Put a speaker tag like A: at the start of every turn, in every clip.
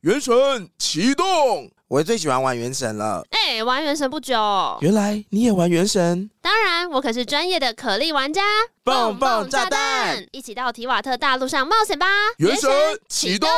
A: 原神启动。
B: 我最喜欢玩原神了。
C: 哎、玩原神不久，
B: 原来你也玩原神？
C: 当然我可是专业的可莉玩家。
B: 蹦蹦炸弹，
C: 一起到提瓦特大陆上冒险吧！
A: 原神启动。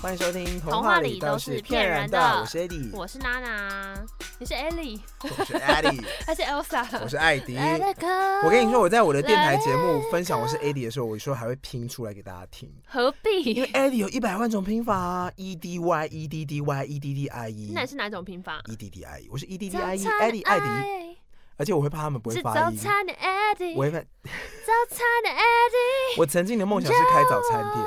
B: 欢迎收听《
C: 童话里都是骗人的
B: 我是 Eddie，
C: 我是娜娜，
D: 你是 Ellie
B: 我是 Eddie，
D: 还是
B: 我
D: Elsa？
B: 是艾迪。
C: 来了哥，
B: 我跟你说，我在我的电台节目分享我是 Eddie 的时候，我说还会拼出来给大家听，
D: 何
B: 因为
D: 必？
B: Eddie 有一百万种拼法啊，E D Y E D D Y E D D I E
C: 那你是哪种拼法？
B: E D D I E，我是 E D D
D: 早
B: I
D: 餐哎
B: E，艾迪艾迪，而且我会怕他们不会
D: 是
B: 发
D: 早
B: 音，
D: 餐的
B: 我
D: Eddie，
B: 会怕。
D: 早餐的 Eddie。
B: 我曾经的梦想是开早餐店。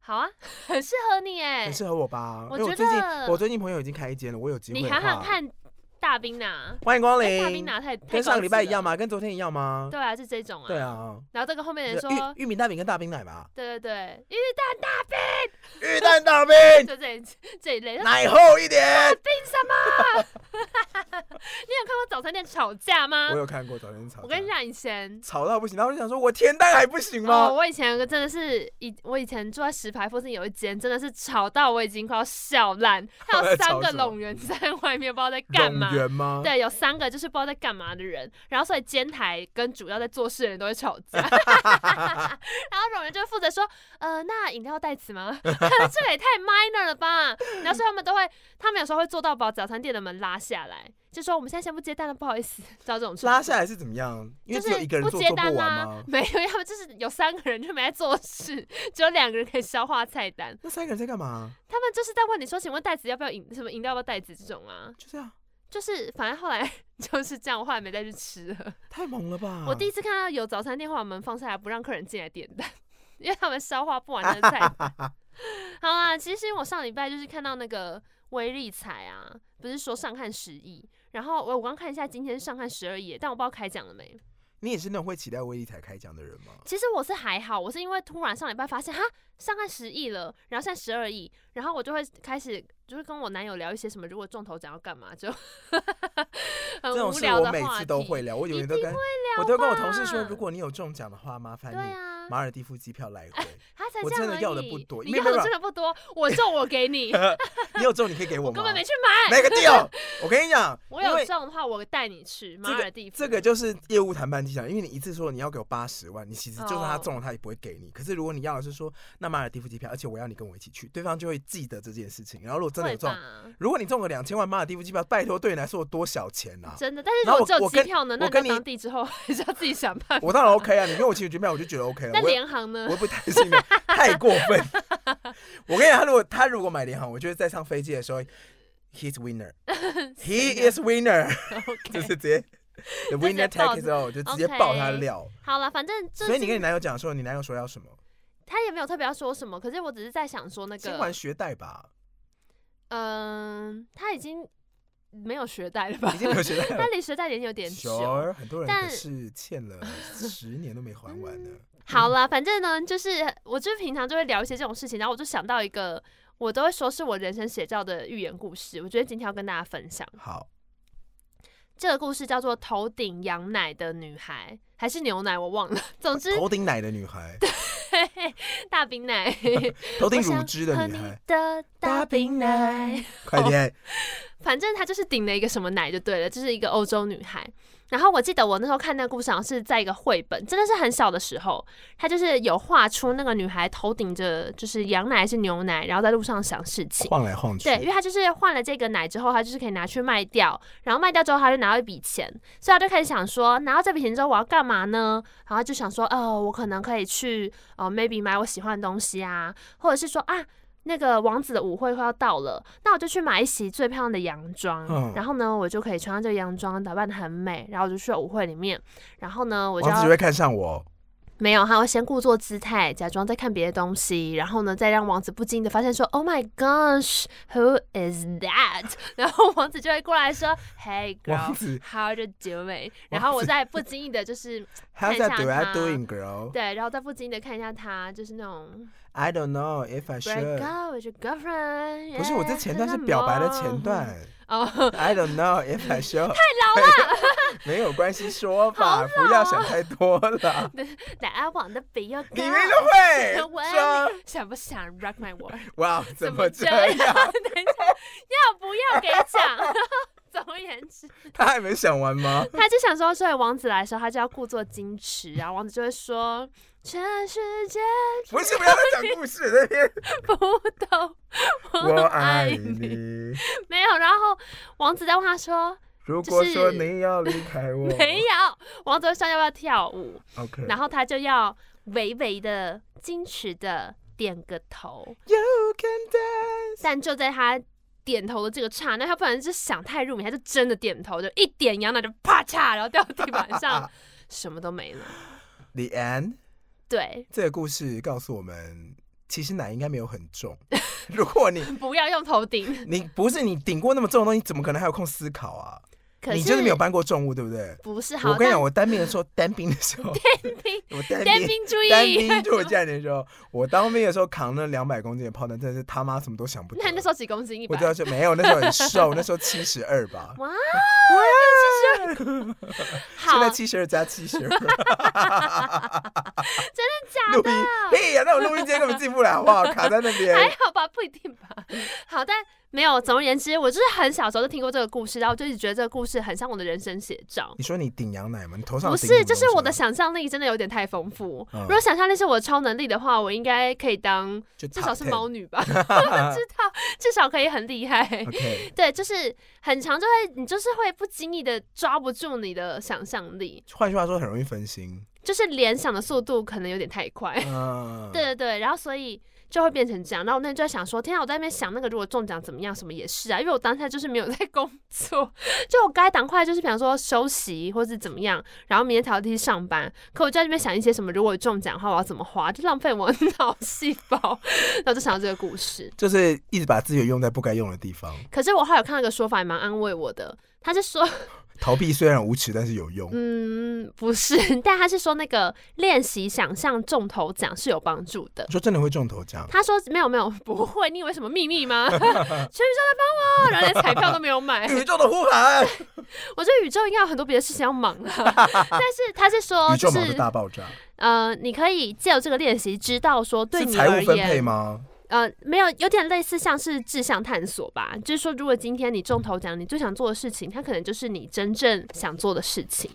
C: 好啊，很适合你哎
B: 很，适合我吧？
C: 我
B: 因为
C: 觉
B: 最近
C: 得
B: 我最近朋友已经开一间了，我有机会。
C: 你喊喊，看大兵呐，
B: 欢迎光
C: 哎大兵
B: 临。
C: 拿太太
B: 跟上个礼拜一样
C: 吗？
B: 吗？跟昨天一样吗？
C: 对啊，是这种啊。
B: 对。啊。
C: 然后再跟后面的人说，
B: 玉玉米大饼跟大冰奶 吧。
C: 对对对，因为大
B: 玉蛋大冰，
C: 就这一这一类。他
B: 奶厚一点。
C: 你有看过早餐店吵架吗
B: 我？有看过早天吵架，
C: 我跟你讲，以前
B: 吵到不行，然后我就想说，我天蛋还不行
C: 哦，
B: 吗？
C: 我以前有个真的是以我以前住在石牌附近有一间，真的是吵到我已经快要笑烂，还有三个拢人在外面，不知道在干嘛
B: 冗。员吗？
C: 对，有三个就是不知道在干嘛的人，然后所以监台跟主要在做事的人都会吵架， 然后冗员就会负责说，呃，那饮料带子吗？ 这个也太 minor 了吧！然后所以他们都会，他们有时候会做到把早餐店的门拉下来，就说我们现在先不接单了，不好意思，到这种程度
B: 拉下来是怎么样？因为
C: 就
B: 只有
C: 是
B: 一个人
C: 不
B: 做
C: 接
B: 做
C: 单啊
B: 不完
C: 啦、
B: 吗？
C: 没有，要么就是有三个人就没在做事，只有两个人可以消化菜单。
B: 那三个人在干嘛？
C: 他们就是在问你说，请问袋子要不要饮什么饮料要不要袋子这种啊？
B: 就这样，
C: 就是反正后来 就是这样，我后来没再去吃了。
B: 太猛了吧！
C: 我第一次看到有早餐店会把门放下来，不让客人进来点单，因为他们消化不完的 菜单。好啦，其实我上礼拜就是看到那个威力彩啊，不是说上看十亿，然后我我刚看一下今天上看十二亿，但我不知道开奖了没。
B: 你也是那种会期待威力才开奖的人吗？
C: 其实我是还好，我是因为突然上礼拜发现哈上岸十亿了，然后现在十二亿，然后我就会开始就是跟我男友聊一些什么，如果中头奖要干嘛就 很
B: 这种
C: 无
B: 事
C: 聊
B: 我
C: 的
B: 每
C: 话
B: 次
C: 题。
B: 都会聊，我永远都
C: 一定
B: 跟我都跟我同事说，
C: 吧
B: 如果你有中奖的话，麻烦
C: 对
B: 你
C: 啊，
B: 马尔蒂夫机票来 回。
C: 他才
B: 我
C: 这样
B: 真的
C: 而已。
B: 要的不多
C: 你
B: 没有没
C: 要
B: 有
C: 的真的不多，我中我 给你，
B: 你有中，你可以给我
C: 我
B: 吗
C: 根？本没去买。
B: 哪个 deal？我跟你讲，
C: 我
B: 因
C: 有
B: 为
C: 中的话，我带你去马尔地夫。
B: 这个就是业务谈判技巧，因为你一次说你要给我八十万，你其实就算
C: 哦
B: 他中了，他也不会给你。可是如果你要的是说，那马尔蒂夫机票，而且我要你跟我一起去，对方就会记得这件事情。然后如果真的有
C: 会
B: 中，
C: 吧？
B: 如果你中了两千万马尔蒂夫机票，拜托对你来说有多小钱啊？
C: 真的，但是
B: 然后
C: 如果只有
B: 我
C: 机
B: 跟
C: 票呢？
B: 我
C: 那
B: 跟你
C: 到当地之后 还是要自己想办法。
B: 我当然 OK 啊，你跟我情侣机票我就觉得 OK 了
C: 那。
B: 我
C: 联航呢
B: 我？不担 心的，太过分。我跟你讲，他如果他如果买联航，我就会在上飞机的时候，he's winner，he is winner，就
C: OK
B: 是直 接 the
C: 直接
B: winner
C: 爆
B: take is all，我就直接爆他的料。
C: 好了，反正就
B: 所以你
C: 是
B: 跟你男友讲说，你男友说要什么？
C: 他也没有特别要说什么，可是我只是在想说那
B: 新款
C: 个，
B: 学贷 吧，
C: 嗯、他已经没有学贷了吧
B: 已？经有学贷 了
C: 他。离学贷年有点久。
B: Sure，很多人
C: 但
B: 可是欠 了十年都没还完呢。
C: 好啦，反正呢，就是我就是平常就会聊一些这种事情，然后我就想到一个，我都会说是我人生写照的寓言故事，我觉得今天要跟大家分享。
B: 好，
C: 这个故事叫做《头顶羊奶的女孩》，还是牛奶我忘了，总之
B: 头顶奶的女孩，
C: 大冰奶，
B: 头顶
C: 我想
B: 乳汁的
C: 喝
B: 女
C: 你
B: 孩，
C: 的 大冰奶。
B: 快
C: 哦
B: 点！
C: 反正她就是顶了一个什么奶就对了，就是一个欧洲女孩。然后我记得我那时候看那个故事，好像是在一个绘本，真的是很小的时候，她就是有画出那个女孩头顶着就是羊奶还是牛奶，然后在路上想事情。
B: 晃来晃去。
C: 对，因为她就是换了这个奶之后，她就是可以拿去卖掉，然后卖掉之后，她就拿到一笔钱，所以她就开始想说，拿到这笔钱之后我要干嘛呢？然后就想说，哦，我可能可以去，呃，maybe 买我喜欢的东西啊，或者是说啊。那个王子的舞会快要到了，那我就去买一袭最漂亮的洋装，
B: 嗯
C: 然后呢，我就可以穿上这个洋装，打扮得很美，然后我就去了舞会里面，然后呢，我就
B: 王
C: 要
B: 子就会看上我。
C: 没有，他会先故作姿态，假装在看别的东西，然后呢，再让王子不经意的发现说，Oh my gosh，who is that？然 后王子就会过来说，Hey
B: 王
C: girl。
B: 子
C: How to do it？然后我再不经意的，就是
B: ，How's
C: 看一
B: that
C: 下
B: do I
C: 他
B: doing, girl?
C: 对，然后再不经意的看一下他，就是那种
B: I don't know if I
C: Break
B: should。
C: up with your girlfriend。
B: 不是，我这前段是表白的前。段。
C: 哦，
B: I don't know if I should。太老了， 没有关系，说吧，不要想太多 了。
C: That I want to be your girl。
B: 你明 明就
C: 我
B: 会啊说，
C: 想不想 rock my world？
B: 哇，怎么这
C: 啊怎么
B: 样？
C: 等一下，要不要给讲？ 总而言之，
B: 他还没想完吗？
C: 他就想说，所以王子来的时候，他就要故作矜持，然后王子就会说：“全世界
B: 不是，不要再讲故事那 边。
C: 不懂
B: 我
C: 爱
B: 爱你。
C: 没有。”然后王子再问他说
B: 如果说
C: 就是
B: 你要离开：“我，
C: 没有。”王子会说：“要不要跳舞？”
B: OK，
C: 然后他就要微微的、矜持的点个头，
B: You can dance。
C: 但就在他点头的这个刹那，他不然就想太入迷，他就真的点头，就一点羊奶就啪嚓，然后掉地板 上，什么都没了。
B: The end。
C: 对，
B: 这个故事告诉我们，其实奶应该没有很 重。如果你
C: 不要用头顶，
B: 你不是你顶过那么重的东西，怎么可能还有空思考啊？
C: 可是
B: 你真的没有搬过重物，对不对？
C: 不是好，
B: 我跟你
C: 但
B: 讲，我单兵 的时候， 单兵的时候，
C: 单兵
B: 我单
C: 单
B: 兵。
C: 兵注
B: 单
C: 意。
B: 兵作战的时候，我当兵的时候扛那两百公斤的炮弹，真的是他妈什么都想不到。
C: 那你那时候几公斤？一
B: 我
C: 百
B: 知。道是没有，那时候很瘦，那时候七十二吧。
C: 哇，
B: 现
C: 好
B: 在，七十二加七 十二，
C: 假
B: 录音屁呀、那我录音间根本进不来，好不好？卡在那
C: 还
B: 边。
C: 好吧，不一定吧。好，但没有。总而言之，我就是很小时候就听过这个故事，然后我就一直觉得这个故事很像我的人生写照。
B: 你说你顶羊奶吗？你头上
C: 不
B: 顶什
C: 是，
B: 么
C: 就
B: 东
C: 是我的
B: 西
C: 想象力真的有点太丰富。
B: 嗯
C: 如果想象力是我的超能力的话，我应该可以当
B: 就
C: 至少是
B: top 10
C: 猫。女吧？我不知道，至少可以很厉害。
B: OK，
C: 对，就是很长，就会你就是会不经意的抓不住你的想象力，
B: 换句话说，很容易分 心。
C: 就是联想的速度可能有点太快。
B: 嗯，
C: 对，对对，然后所以就会变成这样。然后我那天就在想说，天啊，我在那边想那个如果中奖怎么样，什么也是啊，因为我当下就是没有在 工作，就我该赶快就是比方说休息或是怎么样，然后明天才要继续上班。可我就在那边想一些什么，如果中奖的话我要怎么花，就浪费我的 脑细胞。然后就想到这个故事。
B: 就是一直把资源用在不该用的地方。
C: 可是我后来有看到一个说法，也蛮安慰我的。他是说，
B: 逃避虽然无耻，但是有用。
C: 嗯，不是， 但他是说那个练习想象中头奖是有帮助的
B: 你。说真的会中头奖？
C: 他说没有没有不会，你以为什么秘密 吗？全宇宙在帮我，然后连彩票都没有买。
B: 宇宙的呼喊，
C: 我觉得宇宙应该有很多别的事情要忙 啦。但是他是说，
B: 宇宙
C: 就
B: 忙的
C: 哦是
B: 大爆炸，
C: 呃，你可以借由这个练习，知道说对
B: 是
C: 你
B: 财
C: 而
B: 务分配
C: 言，
B: 吗？
C: 呃，没有有点类似像是志向探索吧。就是说，如果今天你中头奖，你最想做的事情，它可能就是你真正想做的事情。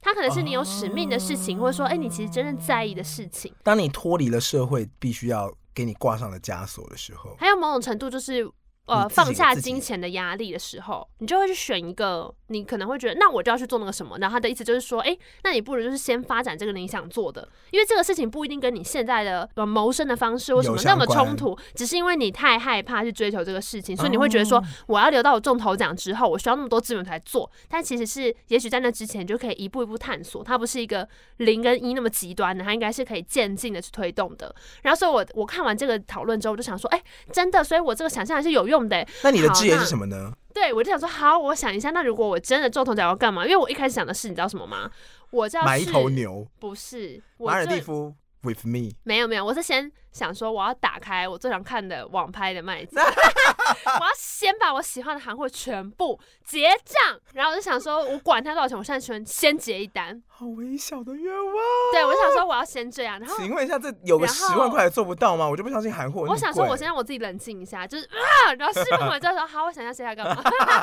C: 它可能是你有使命的事
B: 哦
C: 情，或者说，哎、你其实真正在意的事情。
B: 当你脱离了社会，必须要给你挂上的枷锁的时候，
C: 还有某种程度就是
B: 你
C: 呃
B: 自己
C: 放
B: 给
C: 下
B: 自己
C: 金钱的压力的时候，你就会去选一个你可能会觉得那我就要去做那个什么，然后他的意思就是说，哎、那你不如就是先发展这个你想做的，因为这个事情不一定跟你现在的呃谋生的方式或什
B: 有
C: 么那
B: 相
C: 么
B: 关
C: 冲突，只是因为你太害怕去追求这个事情，所以你会觉得说我要留到我中头奖之后，我需要那么多资源才做，但其实是也许在那之前你就可以一步一步探索，它不是一个零跟一那么极端的，它应该是可以渐进的去推动的。然后所以我我看完这个讨论之后，我就想说，哎、真的，所以我这个想象还是有用的欸。
B: 那你的
C: 好
B: 职业
C: 那
B: 是什么呢？
C: 对我就想说，好，我想一下，那如果我真的中头奖要干嘛？因为我一开始想的是，你知道什么吗？我叫
B: 买一头，牛，
C: 不是，我
B: 马尔
C: 最
B: 蒂夫 with me。
C: 没有没有，我是先想说我要打开我最想看的网拍的 卖家，我要先把我喜欢的行货全部结账，然后我就想说，我管它多少钱，我现在全先结一单。
B: 好微小的愿望。
C: 对，我就想说我要先这样，然后
B: 请问一下，这有个
C: 然
B: 十
C: 后
B: 万块还做不到吗？我就不相信韩货。
C: 我想说，我先
B: 在
C: 让我自己冷静一下，就是啊，然后试 完之后说好，我想一下接下来干嘛。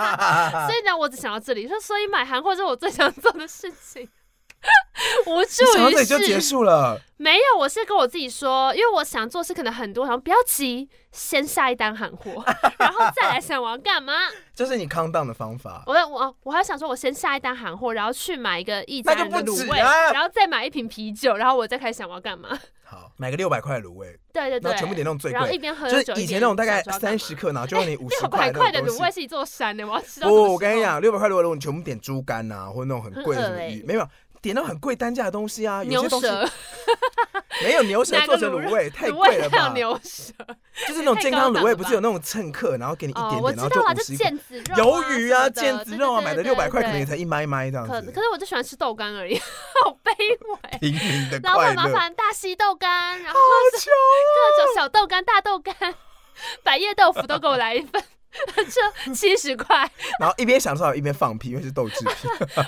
C: 所以呢，我只想到这里，说所以买韩货是我最想做的事情， 无助
B: 想到这
C: 于
B: 里就结
C: 事。
B: 束了。
C: 没有，我是跟我自己说，因为我想做事可能很多，然后不要急，先下一单韩 货，然后再来想我要干嘛。
B: 这是你康荡的方法。
C: 我我我还想说，我先下一单韩货，然后去买一个一家
B: 那就
C: 人的
B: 不止
C: 卤味，
B: 啊
C: 然后再买一瓶啤酒，然后我再开始想我要干嘛。
B: 好，买个六百块的卤味，
C: 对对
B: 然
C: 对，
B: 后全部点那种最
C: 然后一
B: 贵，
C: 边喝
B: 就
C: 酒，
B: 是
C: 一
B: 以前
C: 边
B: 那种大概
C: 想说要
B: 三
C: 干
B: 十
C: 嘛
B: 克，然后就让你五十
C: 六百块
B: 块
C: 的
B: 那种
C: 卤
B: 东
C: 味
B: 西。
C: 是一座山欸呢，我要吃到。
B: 不，我跟你，讲，六百块的卤味，你全部点猪肝啊呐，或者那种很贵的什
C: 很恶
B: 么
C: 欸
B: 鱼，没有点到很贵单价的东西啊。有
C: 牛
B: 些东西
C: 舌，
B: 没有牛舌
C: 哪
B: 做
C: 个
B: 成
C: 卤
B: 卤味太
C: 卤味
B: 贵 了
C: 还有
B: 吧？
C: 牛舌？
B: 就是那种
C: 太
B: 健
C: 高
B: 康
C: 档
B: 卤味，
C: 了
B: 不
C: 吧
B: 是有那种称客，然后给你一
C: 哦，
B: 点
C: 我
B: 点，
C: 知
B: 然后
C: 道
B: 就
C: 啊，
B: 五
C: 就
B: 十块。
C: 腱子肉、
B: 鱿鱼啊，
C: 啊，
B: 腱子肉啊，买的六百块可能也
C: 才。
B: 才一麦麦这样
C: 可
B: 子
C: 可。是我就喜欢吃豆干而已， 好卑 微。
B: 平民的
C: 老
B: 快
C: 板麻
B: 乐，
C: 烦大西豆干，然后是 各种小豆干、大豆干、 百叶豆腐都给我来一份， 这七 十块。
B: 然后一边享受一边放屁，因为是豆制品。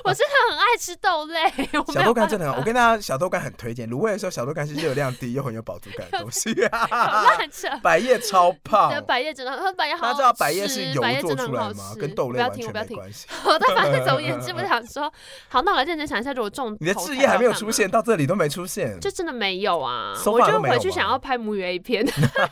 C: 我真的很爱吃豆类， 我没
B: 小
C: 有
B: 豆干真的
C: 办
B: 很好，我跟大家小豆干很推荐。卤味的时候，小豆干是热量低又很有饱足感的东 西。
C: 法乱扯。
B: 百叶超胖
C: 对，，百叶真的， 呃百叶好
B: 大家
C: 好吃。
B: 知道百叶是油
C: 百叶
B: 做
C: 真的
B: 出
C: 很好
B: 来吗？
C: 吃
B: 跟豆类
C: 不要
B: 完
C: 听，我
B: 全
C: 不要
B: 没
C: 听。
B: 关系。
C: 我但 反正总而言之，我想说，好，那我来认真想一下，如果中
B: 你的
C: 头
B: 置
C: 彩
B: 业还没有
C: 要干
B: 出
C: 嘛，
B: 现，到这里都没出 现，
C: 就真的没有啊。
B: 手
C: 我
B: 法都
C: 就
B: 没有
C: 回去
B: 吗
C: 想要拍母语 A 片，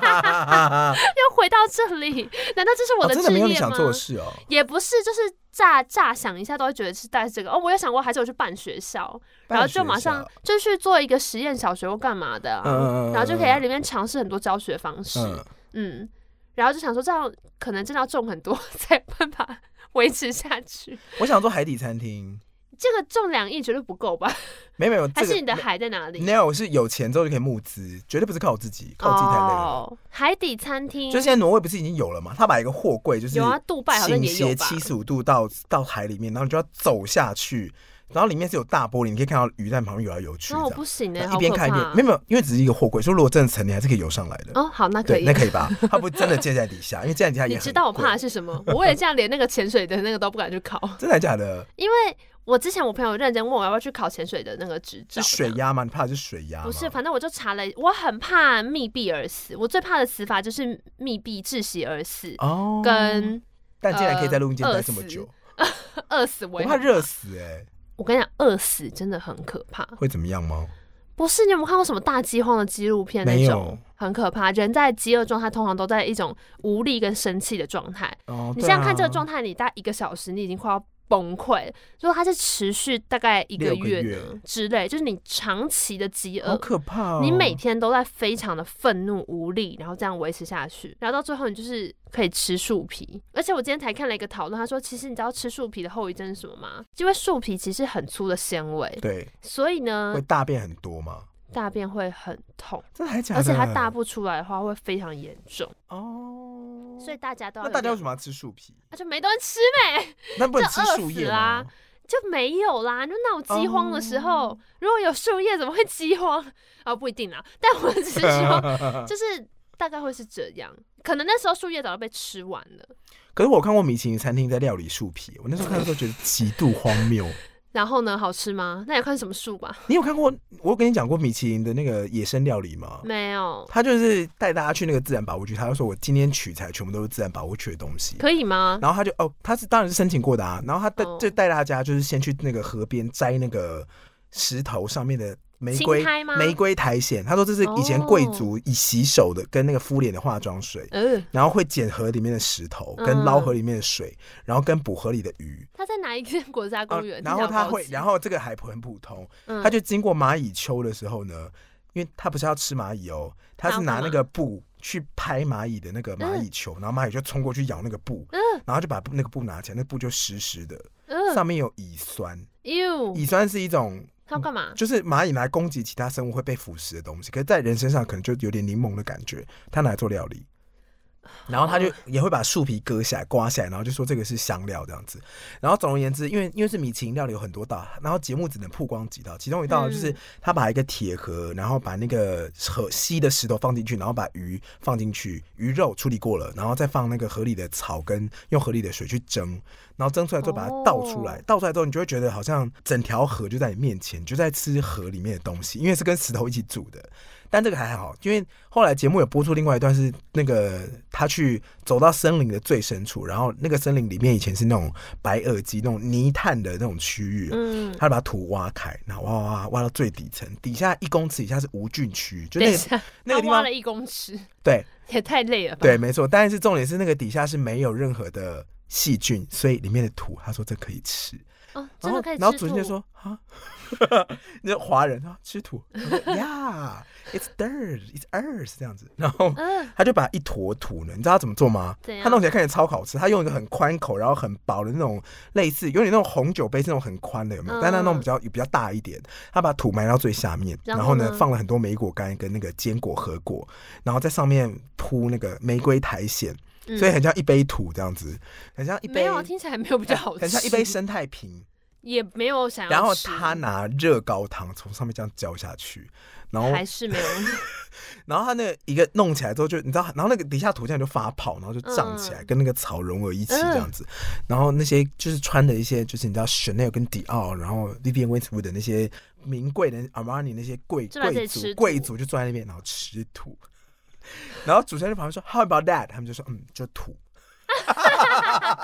B: 哦，
C: 又回到这里， 难道这是我
B: 真
C: 置
B: 的没有你
C: 业
B: 想
C: 吗？
B: 做的事哦。
C: 也不是，就是乍乍想一下都会觉得是带这个。哦，我有想过，还是我去办学校，然后就马上就去做一个实验小学或干嘛的、啊，
B: 嗯嗯嗯
C: 然后就可以在里面尝试很多教学方式，
B: 嗯，
C: 嗯然后就想说这样可能真的要种很多才有办法 维持下去。
B: 我想做海底餐厅，
C: 这个种两亿绝对不够吧？
B: 没有没有，
C: 还
B: 这
C: 是你
B: 个
C: 的海在哪里？
B: no 是有钱之后就可以募资，绝对不是靠我自己，靠我自己太累了。
C: 哦，海底餐厅
B: 就现在挪威不是已经有了吗？他把一个货柜就是
C: 有啊，杜拜好像
B: 倾
C: 也有
B: 斜
C: 吧？
B: 七十五度到到海里面，然后你就要走下去，然后里面是有大玻璃，你可以看到鱼在旁边游来游去
C: 然后
B: 这
C: 我
B: 样
C: 不。行哎、
B: 然后一
C: 好
B: 边
C: 可
B: 看一边
C: 怕
B: 没有没有，因为只是一个货柜，所以如果真的沉，你还是可以游上来的。
C: 哦，好，那可
B: 对，
C: 以
B: 那。可以吧？它不真的建在底下，因为建在底下也
C: 你
B: 很
C: 知道我
B: 贵
C: 怕的是 什么？我也这样，连那个潜水的那个都不敢去考，
B: 真的假的？
C: 因为我之前我朋友认真问我要不要去考潜水的那个执照，
B: 是水压吗？你怕的是水压吗？
C: 不是，反正我就查了，我很怕密闭而死，我最怕的死法就是密闭窒息而死，
B: 哦，
C: 跟
B: 但竟然可以在录音间
C: 呃
B: 待这么
C: 饿死
B: 久，
C: 饿死我
B: 我
C: 也
B: 怕
C: 很。
B: 热死哎，
C: 我跟你讲，饿死真的很可怕。
B: 会怎么样吗？
C: 不是你有没有看过什么大饥荒的纪录片那
B: 没
C: 种
B: 有？
C: 很可怕，人在饥饿状态通常都在一种无力跟生气的状态。
B: 哦，
C: 你
B: 对
C: 想想看，
B: 啊
C: 这个状态，你大概一个小时，你已经快要崩溃了。如果它是持续大概一个
B: 六个
C: 月
B: 月
C: 呢之类，就是你长期的饥
B: 好
C: 饿，
B: 可怕哦，
C: 呃你每天都在非常的愤怒无力，然后这样维持下去，然后到最后你就是可以吃树皮。而且我今天才看了一个讨论，他说其实你知道吃树皮的后遗症是什么吗？因为树皮其实很粗的纤维，
B: 对
C: 所以呢
B: 会大便很多吗？
C: 大便会很痛，
B: 真的还假的？
C: 而且它大不出来的话会非常严重，
B: 哦，
C: 所以大家都要
B: 那大家
C: 有
B: 为什么要吃树皮？
C: 那就没东西吃呗，
B: 那不能
C: 就
B: 吃
C: 饿
B: 树
C: 死啊
B: 叶
C: 啦
B: 吗？
C: 就没有啦。就那种饥荒的时候
B: 哦
C: 如果有树叶，怎么会饥荒啊？不一定啦，但我只 是说，就是大概会是这样。可能那时候树叶早就被吃完了，
B: 可是我看过米其林餐厅在料理树皮，我那时候看的时候觉得极度荒谬。
C: 然后呢，好吃吗？那也看什么树吧。
B: 你有看过？我有跟你讲过米其林的那个野生料理吗？
C: 没有，
B: 他就是带大家去那个自然保护区，他就说我今天取材全部都是自然保护区的东西。
C: 可以吗？
B: 然后他就哦，他是当然是申请过的啊。然后他带
C: 哦
B: 就带大家就是先去那个河边摘那个石头上面的玫
C: 青
B: 瑰
C: 苔吗
B: 玫瑰苔藓。他说这是以前
C: 哦
B: 贵族以洗手的跟那个敷脸的化妆水，
C: 呃，
B: 然后会捡河里面的石头，跟
C: 嗯
B: 捞河里面的水，然后跟捕河里的鱼。
C: 它在哪一个 国家
B: 啊
C: 公园？
B: 然后他会，然
C: 后
B: 后这个还很普通，
C: 嗯
B: 他就经过蚂蚁丘的时候呢，因为他不是要吃蚂蚁哦，他
C: 他
B: 是
C: 要
B: 拿
C: 干嘛
B: 那个布去拍蚂蚁的那个蚂蚁球，然后蚂蚁就冲过去咬那个布，
C: 嗯
B: 然后就把那个布拿起来，那布就湿湿的，
C: 嗯
B: 上面有乙酸，
C: 哟，
B: 乙酸是一种。
C: 它要干嘛？
B: 就是蚂蚁拿来攻击其他生物会被腐蚀的东西，可是在人身上可能就有点柠檬的感觉，他拿来做料理。然后他就也会把树皮割下来、刮下来，然后就说这个是香料这样子。然后总而言之，因为因为是米其林料理有很多道，然后节目只能曝光几道，其中一道就是他把一个铁盒，然后把那个河吸的石头放进去，然后把鱼放进去，鱼肉处理过了，然后再放那个河里的草根，用河里的水去蒸，然后蒸出来之后把它倒出来，
C: 哦
B: 倒出来之后你就会觉得好像整条河就在你面前，你就在吃河里面的东西，因为是跟石头一起煮的。但这个还好，因为后来节目有播出另外一段是那个他去走到森林的最深处，然后那个森林里面以前是那种白垩纪那种泥炭的那种区域哦、
C: 嗯，
B: 他就把土挖开，然后挖挖挖挖到最底层，底下一公尺以下是无菌区，就那
C: 等一
B: 个
C: 下，
B: 那个地
C: 它挖
B: 方
C: 了一嗯公尺，
B: 对
C: 也太累了吧？
B: 对，没错，但是重点是那个底下是没有任何的细菌，所以里面的土他说这可以吃，
C: 哦，
B: 然
C: 真
B: 后
C: 的可以吃
B: 然后主持人就
C: 土
B: 说啊， 那华人啊吃土我说，Yeah，it's dirt，it's earth 这样子，然后
C: 嗯、
B: 他就把一坨土呢，你知道他怎么做吗
C: 怎？样嗯
B: 他弄起来看起来超好吃，他用一个很宽口，然后很薄的那种类似有点那种红酒杯是那种很宽的，有没有？
C: 嗯
B: 但他弄比较比较大一点，他把土埋到最下面，
C: 然
B: 然
C: 后
B: 后呢
C: 呢
B: 放了很多莓果干跟那个坚果核果，然后在上面铺那个玫瑰苔藓，
C: 嗯
B: 所以很像一杯土这样子，很像一杯
C: 没有，听起来没有比较好吃，
B: 很像一杯生态瓶。
C: 也没有想要
B: 然后
C: 吃
B: 他拿热高汤从上面这样浇下去，然后
C: 还 是没有问题，
B: 然后他那个一个弄起来之后就，你知道，然后那个底下土这样就发泡，然后就胀起来，
C: 嗯
B: 跟那个草融为一起这样子。然后那些就是穿的一些，就是你知道 Chanel 跟迪奥，然后 Vivienne Westwood 的那些名贵的 Armani 那些贵
C: 就在这
B: 贵
C: 里吃
B: 族
C: 土
B: 贵族就坐在那边，然后吃土。 然后主持人就旁边说 How about that？他们就说嗯，就土。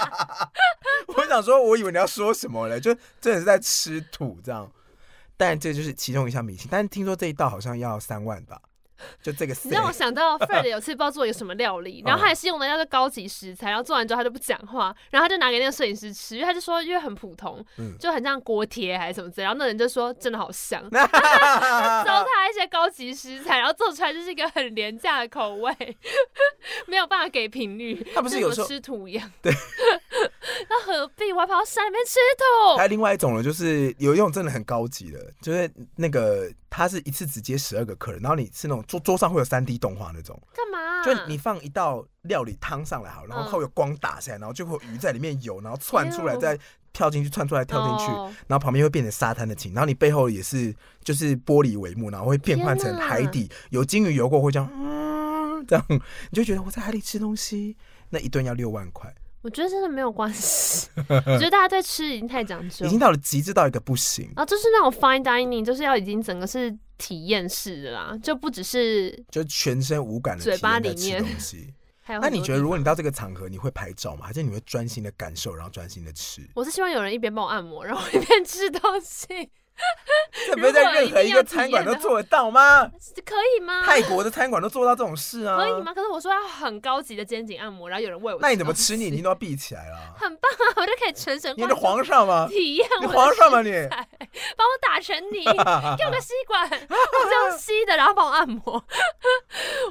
B: 我想说，我以为你要说什么嘞，就真的是在吃土这样。但这就是其中一项迷信。但听说这一道好像要三万吧，就这个 set。
C: 你让我想到 Fred 有次不知道做一个什么料
B: 嗯
C: 理，然后他也是用的那个高级食材，然后做完之后他就不讲话，然后他就拿给那个摄影师吃，因为他就说因为很普通
B: 嗯，
C: 就很像锅贴还是什么之类，然后那人就说真的好香，糟
B: 糟
C: 蹋一些高级食材，然后做出来就是一个很廉价的口味， 没有办法给频率，
B: 他不是有时候
C: 就跟我吃土一样，对， 那何必我还跑到山里面吃 土？
B: 还有另外一种呢，就是有一种真的很高级的，就是那个他是一次只接十二个客人，然后你是那种桌桌上会有三 D 动画那种，
C: 干嘛啊？
B: 就你放一道料理汤上来好，然后
C: 嗯
B: 会有光打下来，然后就会有鱼在里面游，然后窜出来
C: 哎呦
B: 再跳进去，窜出来跳进去，
C: 哦
B: 然后旁边会变成沙滩的景，然后你背后也是就是玻璃帷幕，然后会变换成
C: 天哪
B: 海底，有金鱼游过会这样，嗯，这样你就觉得我在海里吃东西，那一顿要六万块。
C: 我觉得真的没有关 系，我觉得大家对吃已经太讲究
B: 已，经到了极致到一个不行，
C: 然后就是那种 fine dining，就是要已经整个是体验式的啦，就不只是
B: 就全身无感的
C: 嘴巴里
B: 吃
C: 面
B: 东西。
C: 还有
B: 那
C: 很多
B: 你觉得，
C: 地
B: 如果你到这个场合，你会拍照吗？还是你会专心的感受，然后专心的 吃？
C: 我是希望有人一边帮我按摩，然后一边吃东西，
B: 这不是在任何一个餐馆都做得到吗？
C: 可以吗？
B: 泰国的餐馆都做到这种事啊！
C: 可以吗？可是我说要很高级的肩颈按摩，然后有人喂我，
B: 那你怎么吃？你你？都要闭起来了。
C: 很棒啊，我就可以全神
B: 你
C: 贯
B: 是
C: 注
B: 皇上吗？
C: 体验
B: 你
C: 我的
B: 皇上吗？你
C: 帮我打成 泥，给我个吸管，我这样吸的，然后帮我按摩。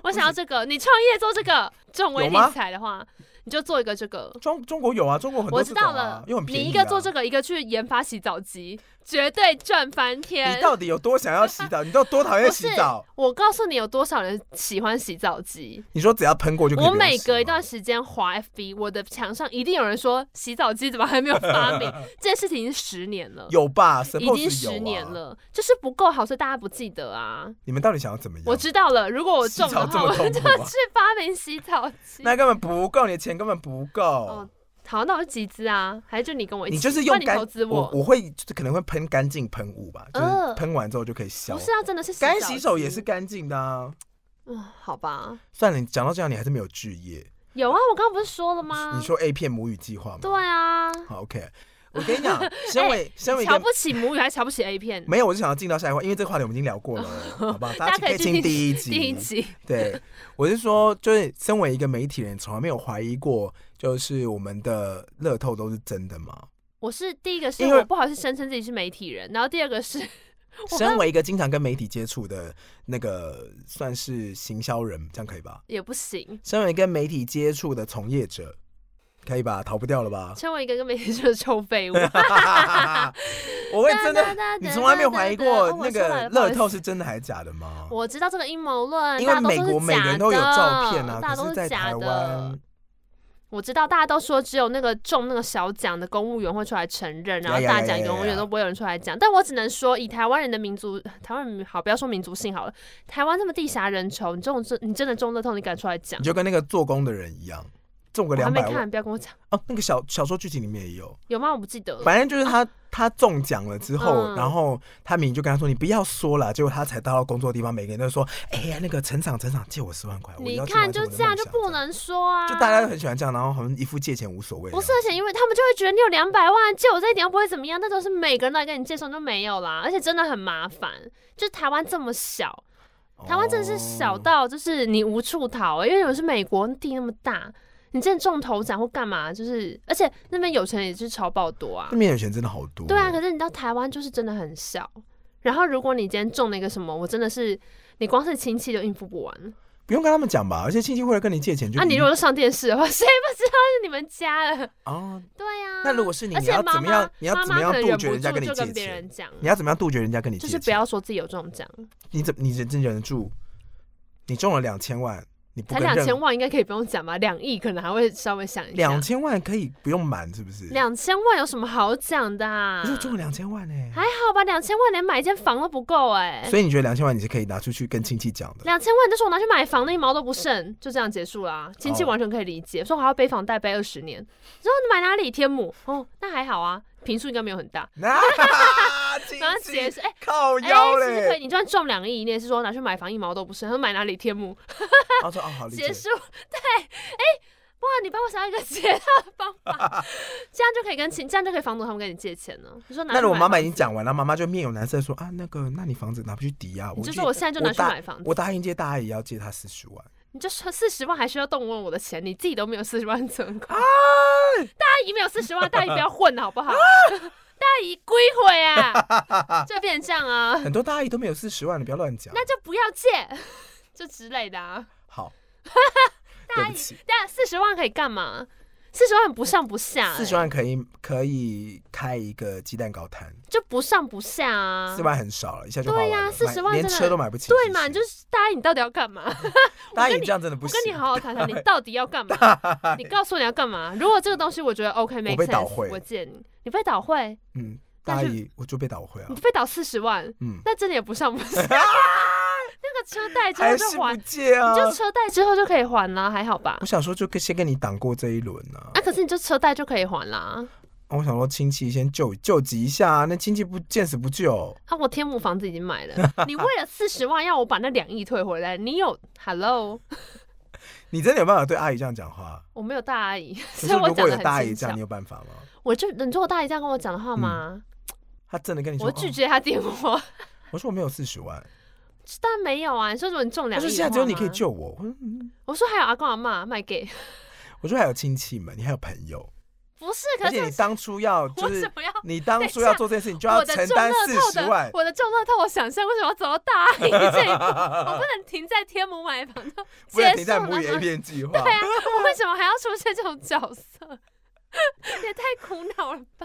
C: 我想要这个，你创业做这个重微
B: 有
C: 理
B: 吗
C: 财的话，你就做一个这个。
B: 中中国有啊，中国很多
C: 我知
B: 这种啊
C: 道了，
B: 又很
C: 你
B: 便宜、啊。
C: 一个做这个，一个去研发洗澡机，绝对赚翻天
B: 你。到底有多想要 洗澡？你到底多讨厌
C: 不
B: 洗
C: 是
B: 澡？，
C: 我告诉你有多少人喜欢洗澡机。
B: 你说只要喷过就可以
C: 我
B: 不用
C: 每
B: 洗
C: 隔一
B: 吗
C: 段时间滑 FB，我的墙上一定有人说洗澡机怎么还没有发明？ 这件事情已经十年了，
B: 有吧？
C: 已
B: suppose
C: 经
B: 有啊
C: 十年。了，就是不够好，所以大家不记得啊。
B: 你们到底想要怎么样？
C: 我知道了，如果我
B: 洗
C: 中
B: 澡
C: 的
B: 这
C: 话，
B: 么
C: 我
B: 痛
C: 就
B: 苦吗？
C: 去发明洗澡机。
B: 那根本不够，你的钱根本不够。
C: 哦好，那我就集资啊，还是就你跟我一起？
B: 你就是
C: 不
B: 用
C: 然你
B: 干，
C: 投资
B: 我
C: 我，
B: 会就是可能会喷干净喷雾吧，就是
C: 呃
B: 喷完之后就可以消。
C: 不是啊，真的是
B: 干洗手
C: 机
B: 也是干净的啊。
C: 嗯，好吧，
B: 算了，你讲到这样，你还是没有置业。
C: 有啊，我刚刚不是说了吗？
B: 你说 A 片母语计划吗？
C: 对啊，哎
B: 好 OK。我跟你 讲，身为身为一
C: 瞧
B: 个
C: 不起母语还瞧不起 A 片，
B: 没有，我就想要进到下一话，因为这个话题我们已经聊过了，好吧？
C: 大家
B: 可
C: 可
B: 以
C: 以
B: 听
C: 去
B: 第一集。
C: 第一集
B: 对，我是说，就是身为一个媒体人，从来没有怀疑过，就是我们的乐透都是真的吗？
C: 我是第一个是
B: 因为
C: 我不好意思声称自己是媒体人，然后第二个是我
B: 身为一个经常跟媒体接触的那个算是行销人，这样可以吧？
C: 也不行，？
B: 身为跟媒体接触的从业者，可以吧？逃不掉了吧
C: 成为一个跟媒体人的臭废物。
B: 我会啊真
C: 哒哒
B: 的
C: 哒，
B: 你从来没有怀疑过
C: 哦
B: 那
C: 我说
B: 个
C: 来了不好
B: 乐
C: 意思
B: 透是真的还是假的吗？
C: 我知道这个阴谋论，
B: 因
C: 嗯
B: 为
C: 大家都
B: 美
C: 说是
B: 国每个人都有
C: 假的
B: 照片啊，
C: 大家
B: 可
C: 都
B: 是，在
C: 假
B: 台
C: 的
B: 湾。，
C: 我知道大家都说只有那个中那个小奖的公务员会出来承认，然
B: 呀
C: 后
B: 呀
C: 大
B: 呀
C: 奖
B: 呀呀
C: 永远
B: 呀
C: 都不会有人出来讲。但我只能说，以台湾人的民族，台湾人好，不要说民族性好了，台湾那么地狭人稠，你这种真你真的中乐透，你敢出来讲
B: 你？就跟那个做工的人一样，中个
C: 我还
B: 两
C: 没
B: 百万
C: 看，不要跟我讲，
B: 哦。那个小小说剧情里面也有，
C: 有吗？我不记得了。
B: 反正就是他他中奖了之后，
C: 呃嗯
B: 然后他明明就跟他说你不要说了，结果他才到工作的地方，每个人都说，哎呀那个陈厂陈厂借我十万块，我
C: 你
B: 要去
C: 看
B: 完成
C: 就
B: 我的
C: 这样
B: 梦
C: 就
B: 想
C: 不，能说啊，
B: 就大家都很喜欢这样，然后好像一副借钱无所谓的样
C: 不是，
B: 子，
C: 而且因为他们就会觉得你有两百万，借我这一点又不会怎么样，那都是每个人都来跟你借，说你就没有啦，而且真的很麻烦。就台湾这么小，台湾真的是小
B: 哦
C: 欸到就是你无处逃、因为我是美国地那么大，你之前中头奖或干嘛，就是而且那边有钱人也是超爆多啊
B: 那，边有钱真的好多。哦
C: 对啊，可是你到台湾就是真的很小。然后如果你今天中了一个什么，我真的是你光是亲戚都应付不完。
B: 不用跟他们讲吧，而且亲戚会来跟你借钱就
C: 啊，
B: 一
C: 你
B: 定
C: 如果都上电视的话， 谁不知道是你们家了？
B: 哦，
C: 对啊呀、
B: 那如果是你，
C: 嗯而
B: 你
C: 且
B: 要
C: 妈
B: 怎么
C: 妈
B: 样？你要
C: 妈
B: 怎么
C: 妈
B: 样
C: 可能
B: 杜
C: 忍
B: 绝
C: 不
B: 人家
C: 住
B: 跟你
C: 就
B: 借
C: 跟别
B: 钱
C: 人？讲，
B: 你要怎么样杜绝人家跟你
C: 就
B: 借
C: 是
B: 钱？
C: 不要说自己有中奖，
B: 你怎你忍真忍得住？你中了两千万，你不
C: 才
B: 跟
C: 两
B: 任
C: 千万应该可以不用讲吧？两亿可能还会稍微想一下
B: 两。千万可以不用满是不是？
C: 两千万有什么好讲的、啊
B: 可？是我中了两千万呢、
C: 还好吧，两千万连买一间房都不够哎、
B: 所以你觉得两千万你是可以拿出去跟亲戚讲的？
C: 两千万就是我拿去买房，那一毛都不剩，就这样结束啦。亲戚
B: 哦
C: 完全可以理解，说我还要背房贷背二十年，说你买哪里天母哦，那还好啊，平数应该没有很大。
B: 那 亲
C: 然后结
B: 戚
C: 束，哎、
B: 靠
C: 哎、
B: 腰
C: 其实可
B: 嘞！
C: 以，你就算中两亿，你也是说拿去买房一毛都不剩，说买哪里天母
B: 他说哦，好理解
C: 结。束。 对，哎、哇，你帮我想到一个解套的方 法，这样就可以跟亲，这样就可以防止他们跟你借钱了。你说拿去
B: 那如果
C: 买
B: 妈妈
C: 房
B: 已经讲完了，妈妈就面有难色说啊，那个，那你房子拿不去抵押、啊？
C: 你就
B: 去
C: 说我现在就拿去
B: 答
C: 买房子
B: 我答应借大阿姨要借她四十万。
C: 你就说四十万还需要动用我的钱，你自己都没有四十万存款。
B: 哎
C: 大姨没有四十万，大姨不要混了 好不好？大姨归回啊，就变成这样啊，
B: 很多大阿姨都没有四十万，你不要乱讲。
C: 那就不要借，就之类的啊。
B: 好，
C: 大
B: 对不
C: 姨
B: 起，，
C: 但四十万可以干嘛？四十万不上不下、
B: 四十万可以可以开一个鸡蛋糕摊，
C: 欸就不上不下啊
B: 四十。万很少了，一下就花
C: 对
B: 完
C: 呀
B: 了
C: 40
B: 买
C: 万
B: 连
C: 真的
B: 车都买不起。
C: 对
B: 其
C: 嘛，
B: 实
C: 你就是大姨，你到底要干嘛？
B: 大阿
C: 我
B: 姨
C: 跟你
B: 这样真的不
C: 我
B: 行
C: 跟。你好好谈谈，你到底要 干嘛？你告诉我你要干嘛？如果这个东西我觉得 OK 没
B: 我被倒会
C: sense，我借你，你被倒会，
B: 嗯，大
C: 但
B: 阿
C: 是
B: 姨我就被倒回啊
C: 你。被倒四十万，
B: 嗯，
C: 那真的也不上 不下。那个车贷之后
B: 还是
C: 就
B: 不
C: 还，
B: 借啊
C: 你。就车贷之后就可以还啦，还好吧
B: 我？想说，就跟先跟你挡过这一轮啊
C: 啊，。可是你就车贷就可以还啦。
B: 我想说，亲戚先救救急一下啊，那亲戚不见死不救。
C: 啊，我天母房子已 经买了，你为了四十万要我把那两亿退回来，你有 Hello？
B: 你真的有办法对阿姨这样讲话？
C: 我没有大阿姨，
B: 可
C: 所以
B: 是
C: 我
B: 如
C: 讲
B: 果
C: 的
B: 有大阿
C: 很
B: 姨
C: 轻
B: 这
C: 巧
B: 样，你。有办法吗？
C: 我就你说我大姨这样跟我讲的话吗？
B: 她真的跟你说，
C: 我拒绝她电话，
B: 哦我说我没有四十万，
C: 但没有啊。你说如果你中
B: 她
C: 两亿，
B: 说现在只有你可以。救我。我说嗯
C: 我说还有阿公阿妈卖给，
B: 我说还有亲戚们，你还有朋友，
C: 不是，可
B: 而且
C: 是
B: 你当初要就
C: 我怎
B: 是
C: 么要
B: 你当初要做这件事，你就要
C: 我的
B: 承
C: 中
B: 担
C: 乐
B: 四
C: 透
B: 十
C: 的，
B: 万。
C: 我的中乐透，我想象为什么要走到大阿姨这 一步？我不能停在天母买房就
B: 不然停
C: 结束
B: 在
C: 了
B: 母
C: 吗？
B: 语 A
C: 对
B: 片计划。
C: 啊，我为什么还要出现这种角色？也太苦恼了吧！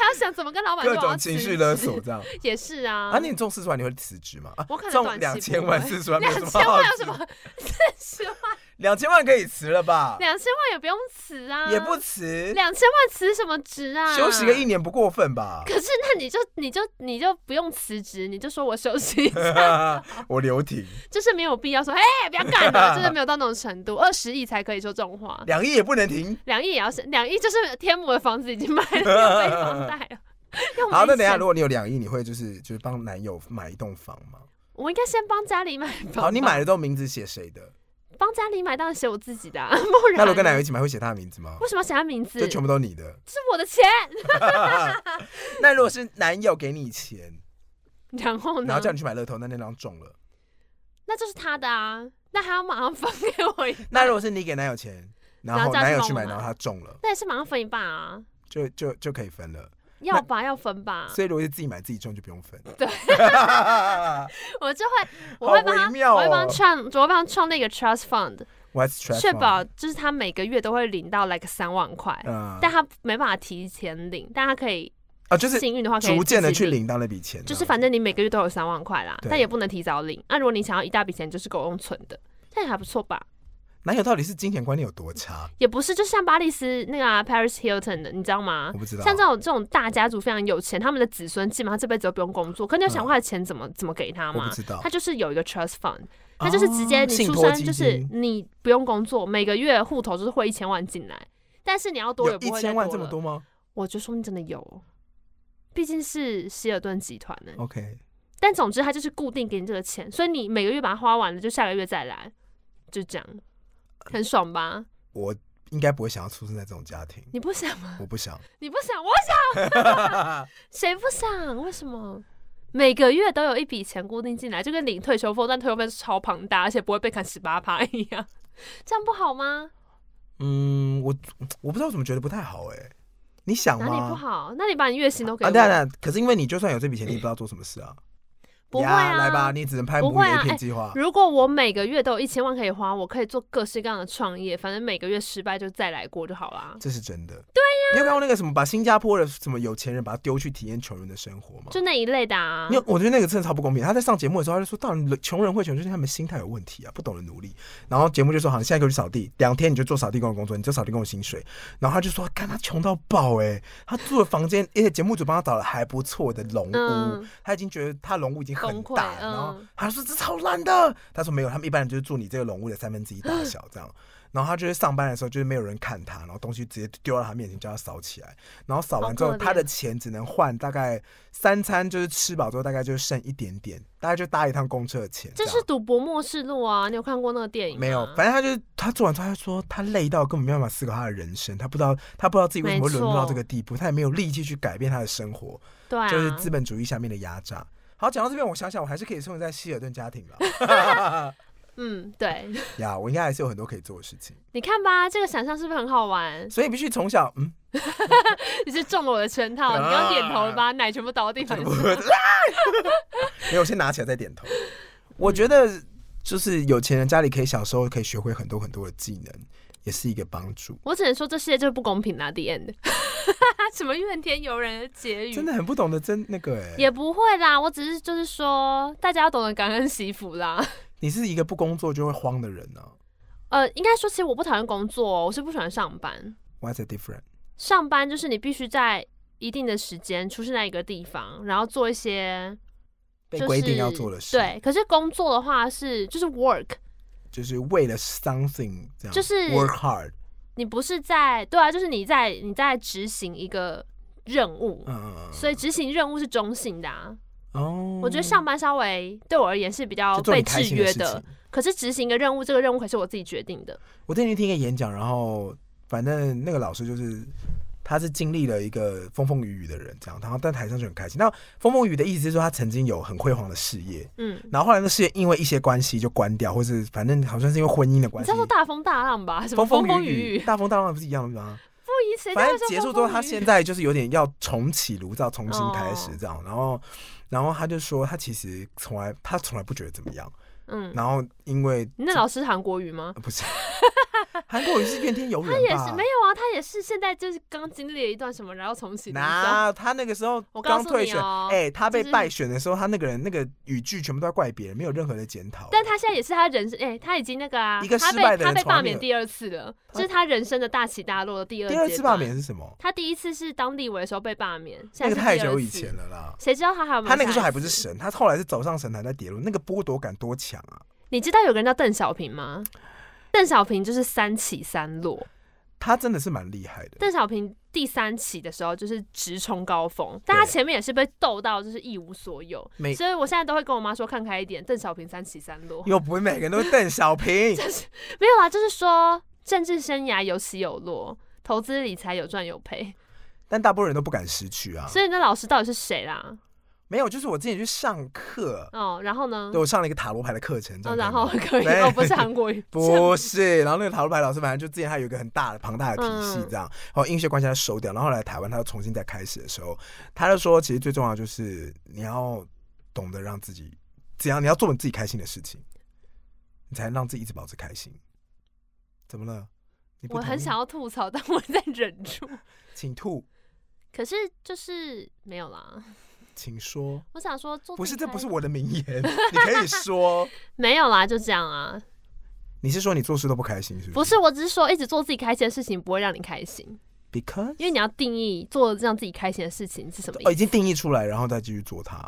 C: 还要想怎么跟老板说
B: 各
C: 我要
B: 种
C: 辞
B: 情绪勒
C: 职
B: 索，这样。
C: 也是啊。
B: 啊，你中四十万你会辞职吗？啊，
C: 我可能
B: 中
C: 短
B: 两
C: 期不
B: 千
C: 会
B: 万四十万没有什
C: 两
B: 么
C: 千万
B: 好
C: 有
B: 辞
C: 什么？四十万，
B: 两千万可以辞了吧？
C: 两千万也不用辞啊，
B: 也不辞，
C: 两千万辞什么职啊？
B: 休息个一。年不过分吧？
C: 可是那你就你就你就不用辞职，你就说我休息一 下啊
B: 我留停，
C: 就是没有必要说，哎，不要 干了，就是没有到那种程度，二十亿才可以说这种话，
B: 两亿也不能停。
C: 两亿也要是两亿，就是天母的房子已经卖了，又背房贷 了。又没
B: 好，那等一下，
C: 钱
B: 如果你有两亿，你会就是就是帮男友买一栋房吗？
C: 我应该先帮家里买房吧。
B: 好，你买了之后名字写谁的？
C: 帮家里买，当然写我自己 的、啊，不然
B: 那如果跟男友一起买，会写他的名字吗
C: 为？什么要写他名字？
B: 就全部都你的。
C: 是我的钱。
B: 那如果是男友给你钱，
C: 然后呢？
B: 然后叫你去买乐透，那那张中了。
C: 嗯那就是他的啊，那还要马上分给我一半，
B: 那如果是你给男友钱，然
C: 然
B: 后
C: 后叫他
B: 男友
C: 去
B: 去买，
C: 帮我
B: 然后
C: 买
B: 他中了，
C: 那也是马上分一半啊，
B: 就就就可以分了。
C: 要吧，要分吧。
B: 所以如果是自己买自己中就不用分。
C: 嗯 对， 我就会，我
B: 好
C: 会帮
B: 微
C: 他，
B: 妙
C: 我会帮
B: 哦
C: 他创，我会帮他创立一个 trust fund，
B: What's t r a
C: 确保就是他每个月都会领到 like 三万块，
B: 嗯
C: 但他没办法提前领，但他可以
B: 啊，就是
C: 幸运的话可以
B: 逐渐的
C: 自己
B: 去，领到那笔钱，啊
C: 就是反正你每个月都有三万块啦，
B: 对
C: 但也不能提早领。那、如果你想要一大笔钱，就是够用存的，但也还不错吧？
B: 男友到底是金钱观念有多差？
C: 也不是，就像巴黎斯那个、啊、Paris Hilton 的，你知道吗
B: 我？不知道，
C: 像这种这种大家族非常有钱，他们的子孙基本上这辈子都不用工作，可你有想过他的钱怎么、怎么给他
B: 嗯我不
C: 吗？
B: 知道
C: 他，就是有一个 trust fund，他就是直接
B: 哦
C: 你
B: 信
C: 出
B: 托
C: 生
B: 基
C: 就是
B: 金
C: 你不用工作，每个月户头就是汇一千万进来，但是你要多也
B: 有
C: 不
B: 一
C: 会再
B: 千万这么
C: 了
B: 多吗
C: 我就说你真的有，毕竟是希尔顿集团呢、
B: ？OK，
C: 但总之，它就是固定给你这个钱，所以你每个月把它花完了，就下个月再来，就这样，很爽吧？
B: 我应该不会想要出生在这种家庭，
C: 你不想吗？
B: 我不想。
C: 你不想，我想， 谁不想？为什么？每个月都有一笔钱固定进来，就跟领退休费，但退休费是超庞大，而且不会被砍十八趴一样，这样不好吗？
B: 嗯，我我不知道怎么觉得不太好哎、你想
C: 哪里不
B: 吗？
C: 好？那你把你月薪都给
B: 啊，
C: 我，
B: 对啊，对啊可是因为你就算有这笔钱，你也不知道做什么事啊。
C: 不会
B: 呀
C: 啊，
B: 来吧，你只能拍
C: 不
B: 母
C: 会
B: 女 A
C: 啊
B: 片
C: 哎
B: 计划。
C: 如果我每个月都有一千万可以花，我可以做各式各样的创业，反正每个月失败就再来过就好啦。
B: 这是真的。对呀、你有看过那个什么，把新加坡的什么有钱人把他丢去体验穷人的生活吗？
C: 就那一类的啊
B: 你，有我觉得那个真的超不公平。他在上节目的时候，他就说，到底穷人会穷，就是他们心态有问题啊，不懂得努力。然后节目就说，好，你现在给我去扫地，两天你就做扫地工的工作，你就扫地工的薪水。然后他就说，干他穷到爆哎、他住的房间，而且节目组帮他找了还不错的龙屋，
C: 嗯
B: 他已经觉得他龙屋已经很
C: 崩溃
B: 大，然后
C: 嗯
B: 他说这超烂的，他说没有，他们一般人就是住你这个龙屋的三分之一大小这样。然后他就是上班的时候，就是没有人看他，然后东西直接丢到他面前，叫他扫起来。然后扫完之后，
C: 好可怜
B: 他的钱只能换大概三餐，就是吃饱之后大概就剩一点点，大概就搭一趟公车的钱这
C: 这
B: 样。
C: 是《赌博默示录》啊，你有看过那个电影吗
B: 没有，反正他就是他做完之后，他说他累到根本没办法思考他的人生，他不知道他不知道自己为什么会沦落到这个地步，他也没有力气去改变他的生活，
C: 对啊，
B: 就是资本主义下面的压榨。好，讲到这边，我想想，我还是可以生活在希尔顿家 庭吧。
C: 嗯，对，
B: 呀，我应该还是有很多可以做的事情，
C: 你看吧，这个想象是不是很好玩？
B: 所以必须从小嗯，
C: 你是中了我的圈套，你刚点
B: 啊
C: 头了吧？奶全部倒地
B: 这
C: 板
B: 个
C: 上
B: 不，没有，我先拿起来再点头。我觉得就是有钱人家里可以小时候可以学会很多很多的技能，也是一个帮助。
C: 我只能说这世界就是不公平啦，the end。什么怨天尤人的结语？
B: 真的很不懂得真那个哎、
C: 嗯也不会啦，我只是就是说，大家要懂得感恩惜福啦。
B: 你是一个不工作就会慌的人呢、啊。
C: 呃，应该说，其实我不讨厌工作哦、我是不喜欢上班。
B: What's the difference？
C: 上班就是你必须在一定的时间出现在一个地方，然后做一些
B: 被
C: 就是
B: 规定要做的事，，
C: 对，可是工作的话是就是 work，
B: 就是为了 something 这样，
C: 就是
B: work hard。
C: 你不是在对啊，就是你在你在执行一个任务，
B: 嗯嗯嗯。
C: 所以执行任务是中性的啊。
B: 哦，
C: 我觉得上班稍微对我而言是比较
B: 就做
C: 被
B: 你开
C: 制
B: 心
C: 约
B: 事
C: 的，
B: 情。
C: 可是执行一个任务，这个任务可是我自己决定的。
B: 我最近听一个演讲，然后反正那个老师就是。他是经历了一个风风雨雨的人，这样，然后在台上就很开心。那风风雨雨的意思是说，他曾经有很辉煌的事业，
C: 嗯，
B: 然后后来那事业因为一些关系就关掉，或是反正好像是因为婚姻的
C: 你
B: 关系
C: 叫，做大风大浪吧？什么
B: 风
C: 风
B: 雨
C: 雨雨？
B: 大风大浪不是一样的吗？
C: 不一谁
B: 反
C: 在
B: 正结束之后，他现在就是有点要重启炉灶，重新开
C: 哦
B: 始这样。然后，然后他就说，他其实从来他从来不觉得怎么样。
C: 嗯，
B: 然后因为
C: 你那老师是韩国语吗？
B: 呃不是 韩国语是怨天尤人
C: 他也
B: 吧？
C: 是没有啊，他也是现在就是刚经历了一段什么，然后重启人生。
B: 那他那个时候
C: 我告
B: 刚
C: 诉
B: 退
C: 你
B: 选，
C: 哦
B: 哎、他被
C: 就是
B: 败选的时候，他那个人那个语句全部都在怪别人，没有任何的检讨。
C: 但他现在也是他人生，哎、他已经那个啊，
B: 一个
C: 他
B: 失败的
C: 被他
B: 人
C: 被
B: 从来
C: 罢
B: 没有
C: 免第二次了，
B: 他
C: 这是他人生的大起大落的第二
B: 第二
C: 阶
B: 次
C: 段
B: 罢免。是什么？
C: 他第一次是当立委的时候被罢免，
B: 那
C: 现在
B: 个
C: 是
B: 太
C: 第二
B: 久以
C: 次
B: 前，了啦。
C: 谁知道他还有没有？
B: 他那个时候还不是，神，他后来是走上神坛再跌落，那个剥夺感多强啊！
C: 你知道有个人叫邓小平吗？邓小平就是三起三落，
B: 他真的是蛮厉害的。
C: 邓小平第三期的时候就是直冲高峰，但他前面也是被斗到就是一无所有
B: 没，
C: 所以我现在都会跟我妈说看开一点，邓小平三起三落。
B: 又不会每个人都是邓小平，
C: 没有啦，就是说政治生涯有起有落，投资理财有赚有赔，
B: 但大部分人都不敢失去啊。
C: 所以那老师到底是谁啦？
B: 没有，就是我之前去上课，
C: 哦，然后呢
B: 对？我上了一个塔罗牌的课程，这
C: 哦，
B: 样
C: 然
B: 可以
C: 后
B: 吗
C: 可以
B: 对
C: 哦，不是韩国语，
B: 不是，然后那个塔罗牌老师反正就之前他有一个很大的庞大的体系
C: 嗯
B: 这样，然后因学关系他收掉，然后后来台湾他又重新再开始的时候，他就说其实最重要的就是你要懂得让自己怎样，你要做你自己开心的事情，你才能让自己一直保持开心。怎么了？你不
C: 我很
B: 同意
C: 想，要吐槽，但我在忍住。
B: 请吐，
C: 可是就是没有啦，
B: 请说。
C: 我想说做
B: 不是，这不是
C: 我
B: 我的名言，你可以 说。
C: 没有啦，就这样啊。
B: 你是说你做事都不开心，是不
C: 不是，我只是说一直做自己开心的事情不会让你开心。
B: b e c a u s
C: 因为你要定义做让自己开心的事情是什么
B: e
C: 意
B: 哦，
C: 思，
B: 已经定义出来，然后再继续做它，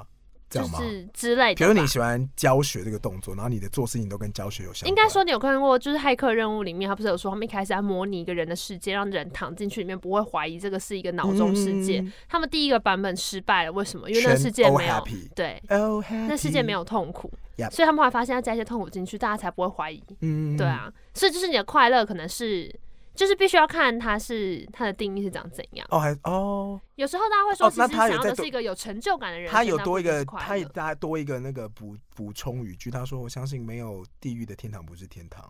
B: 这
C: 就
B: 样吗？
C: 是之类的吧。
B: 比如你喜欢教学这个动作，然后你的做事情都跟教学有相关。
C: 应该说你有看过，就是《骇客任务》里面，他不是有说他们一开始在模拟一个人的世界，让人躺进去里面不会怀疑这个是一个脑中世界。
B: 嗯
C: 他们第一个版本失败了，为什么？因为那个世界
B: 全，Oh, all
C: 没有
B: happy
C: 对，
B: 哦，那
C: 那世界没，有痛苦
B: Yup
C: 所以他们会发现要加一些痛苦进去，大家才不会怀疑。
B: 嗯
C: 对，啊，所以就是你的快乐可能是。就是必须要看它是它的定义是长怎样。
B: 哦还哦，
C: 有时候大家会说，
B: 哦
C: 其
B: 那
C: 实
B: 他
C: 想
B: 有
C: 要
B: 在
C: 的
B: 多
C: 是一个有成就感的人生，
B: 他有
C: 那
B: 多一
C: 不就
B: 个，
C: 是快
B: 他
C: 乐
B: 大家多一个那个补补充语句，他说我相信没有地狱的天堂不是天堂，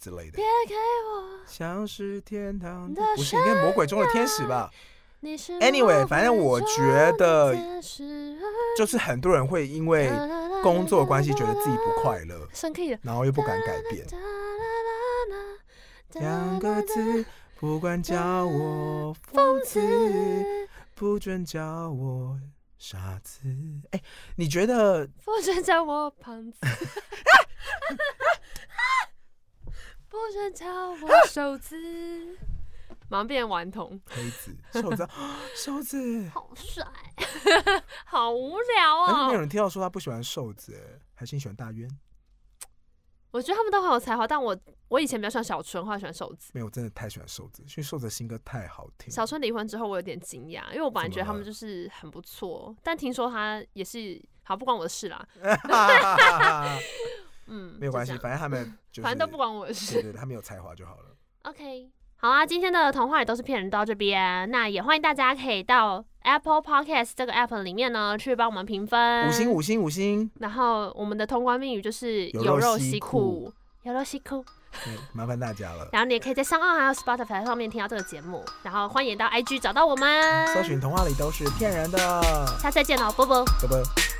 B: 之类的
D: 别，给我，
B: 像是天堂的
D: 你的
B: 不是应该魔鬼中的天使吧？
D: 你是
B: Anyway，
D: 魔
B: 反正
D: 鬼
B: 我
D: 中
B: 觉得
D: 的天使
B: 就是很多人会因为工作的关系觉得自己不快乐，
C: 生气了，
B: 然后又不敢改变。两个字，不管叫我疯子，不准叫我傻子。哎、你觉得
C: 不准叫我胖子，不准叫我手子，马上变顽童，
B: 黑 子、瘦子、 瘦子？
C: 好帅，好无聊
B: 但是没有
C: 哦。
B: 人听到说他不喜欢瘦子、哎还是你喜欢大渊？
C: 我觉得他们都很有才华，但我我以前比较喜欢小春，后来喜欢瘦子。
B: 没有，我真的太喜欢瘦子，因为瘦子的新歌太好听。
C: 小春离婚之后，我有点惊讶，因为我本来觉得他们
B: 怎么了
C: 就是很不错，但听说他也是好不关我的事啦。嗯，
B: 没有关系，
C: 就这样
B: 反正他们就是，
C: 反正都不管我的事
B: 对。对，对他们有才华就好了。
C: OK，好啊，今天的童话也都是骗人到这边，那也欢迎大家可以到 Apple Podcast 这个 app 里面呢去帮我们评分
B: 五星五星五星，
C: 然后我们的通关密语就是
B: 有
C: 有
B: 肉
C: 肉
B: 西
C: 西
B: 裤
C: 裤，有肉西裤。
B: 对麻烦大家了。
C: 然后你也可以在上岸还有 Spotify 上面听到这个节目，然后欢迎到 IG 找到我们，
B: 搜寻童话里都是骗人的，
C: 下次再见喽，波波。
B: 拜拜。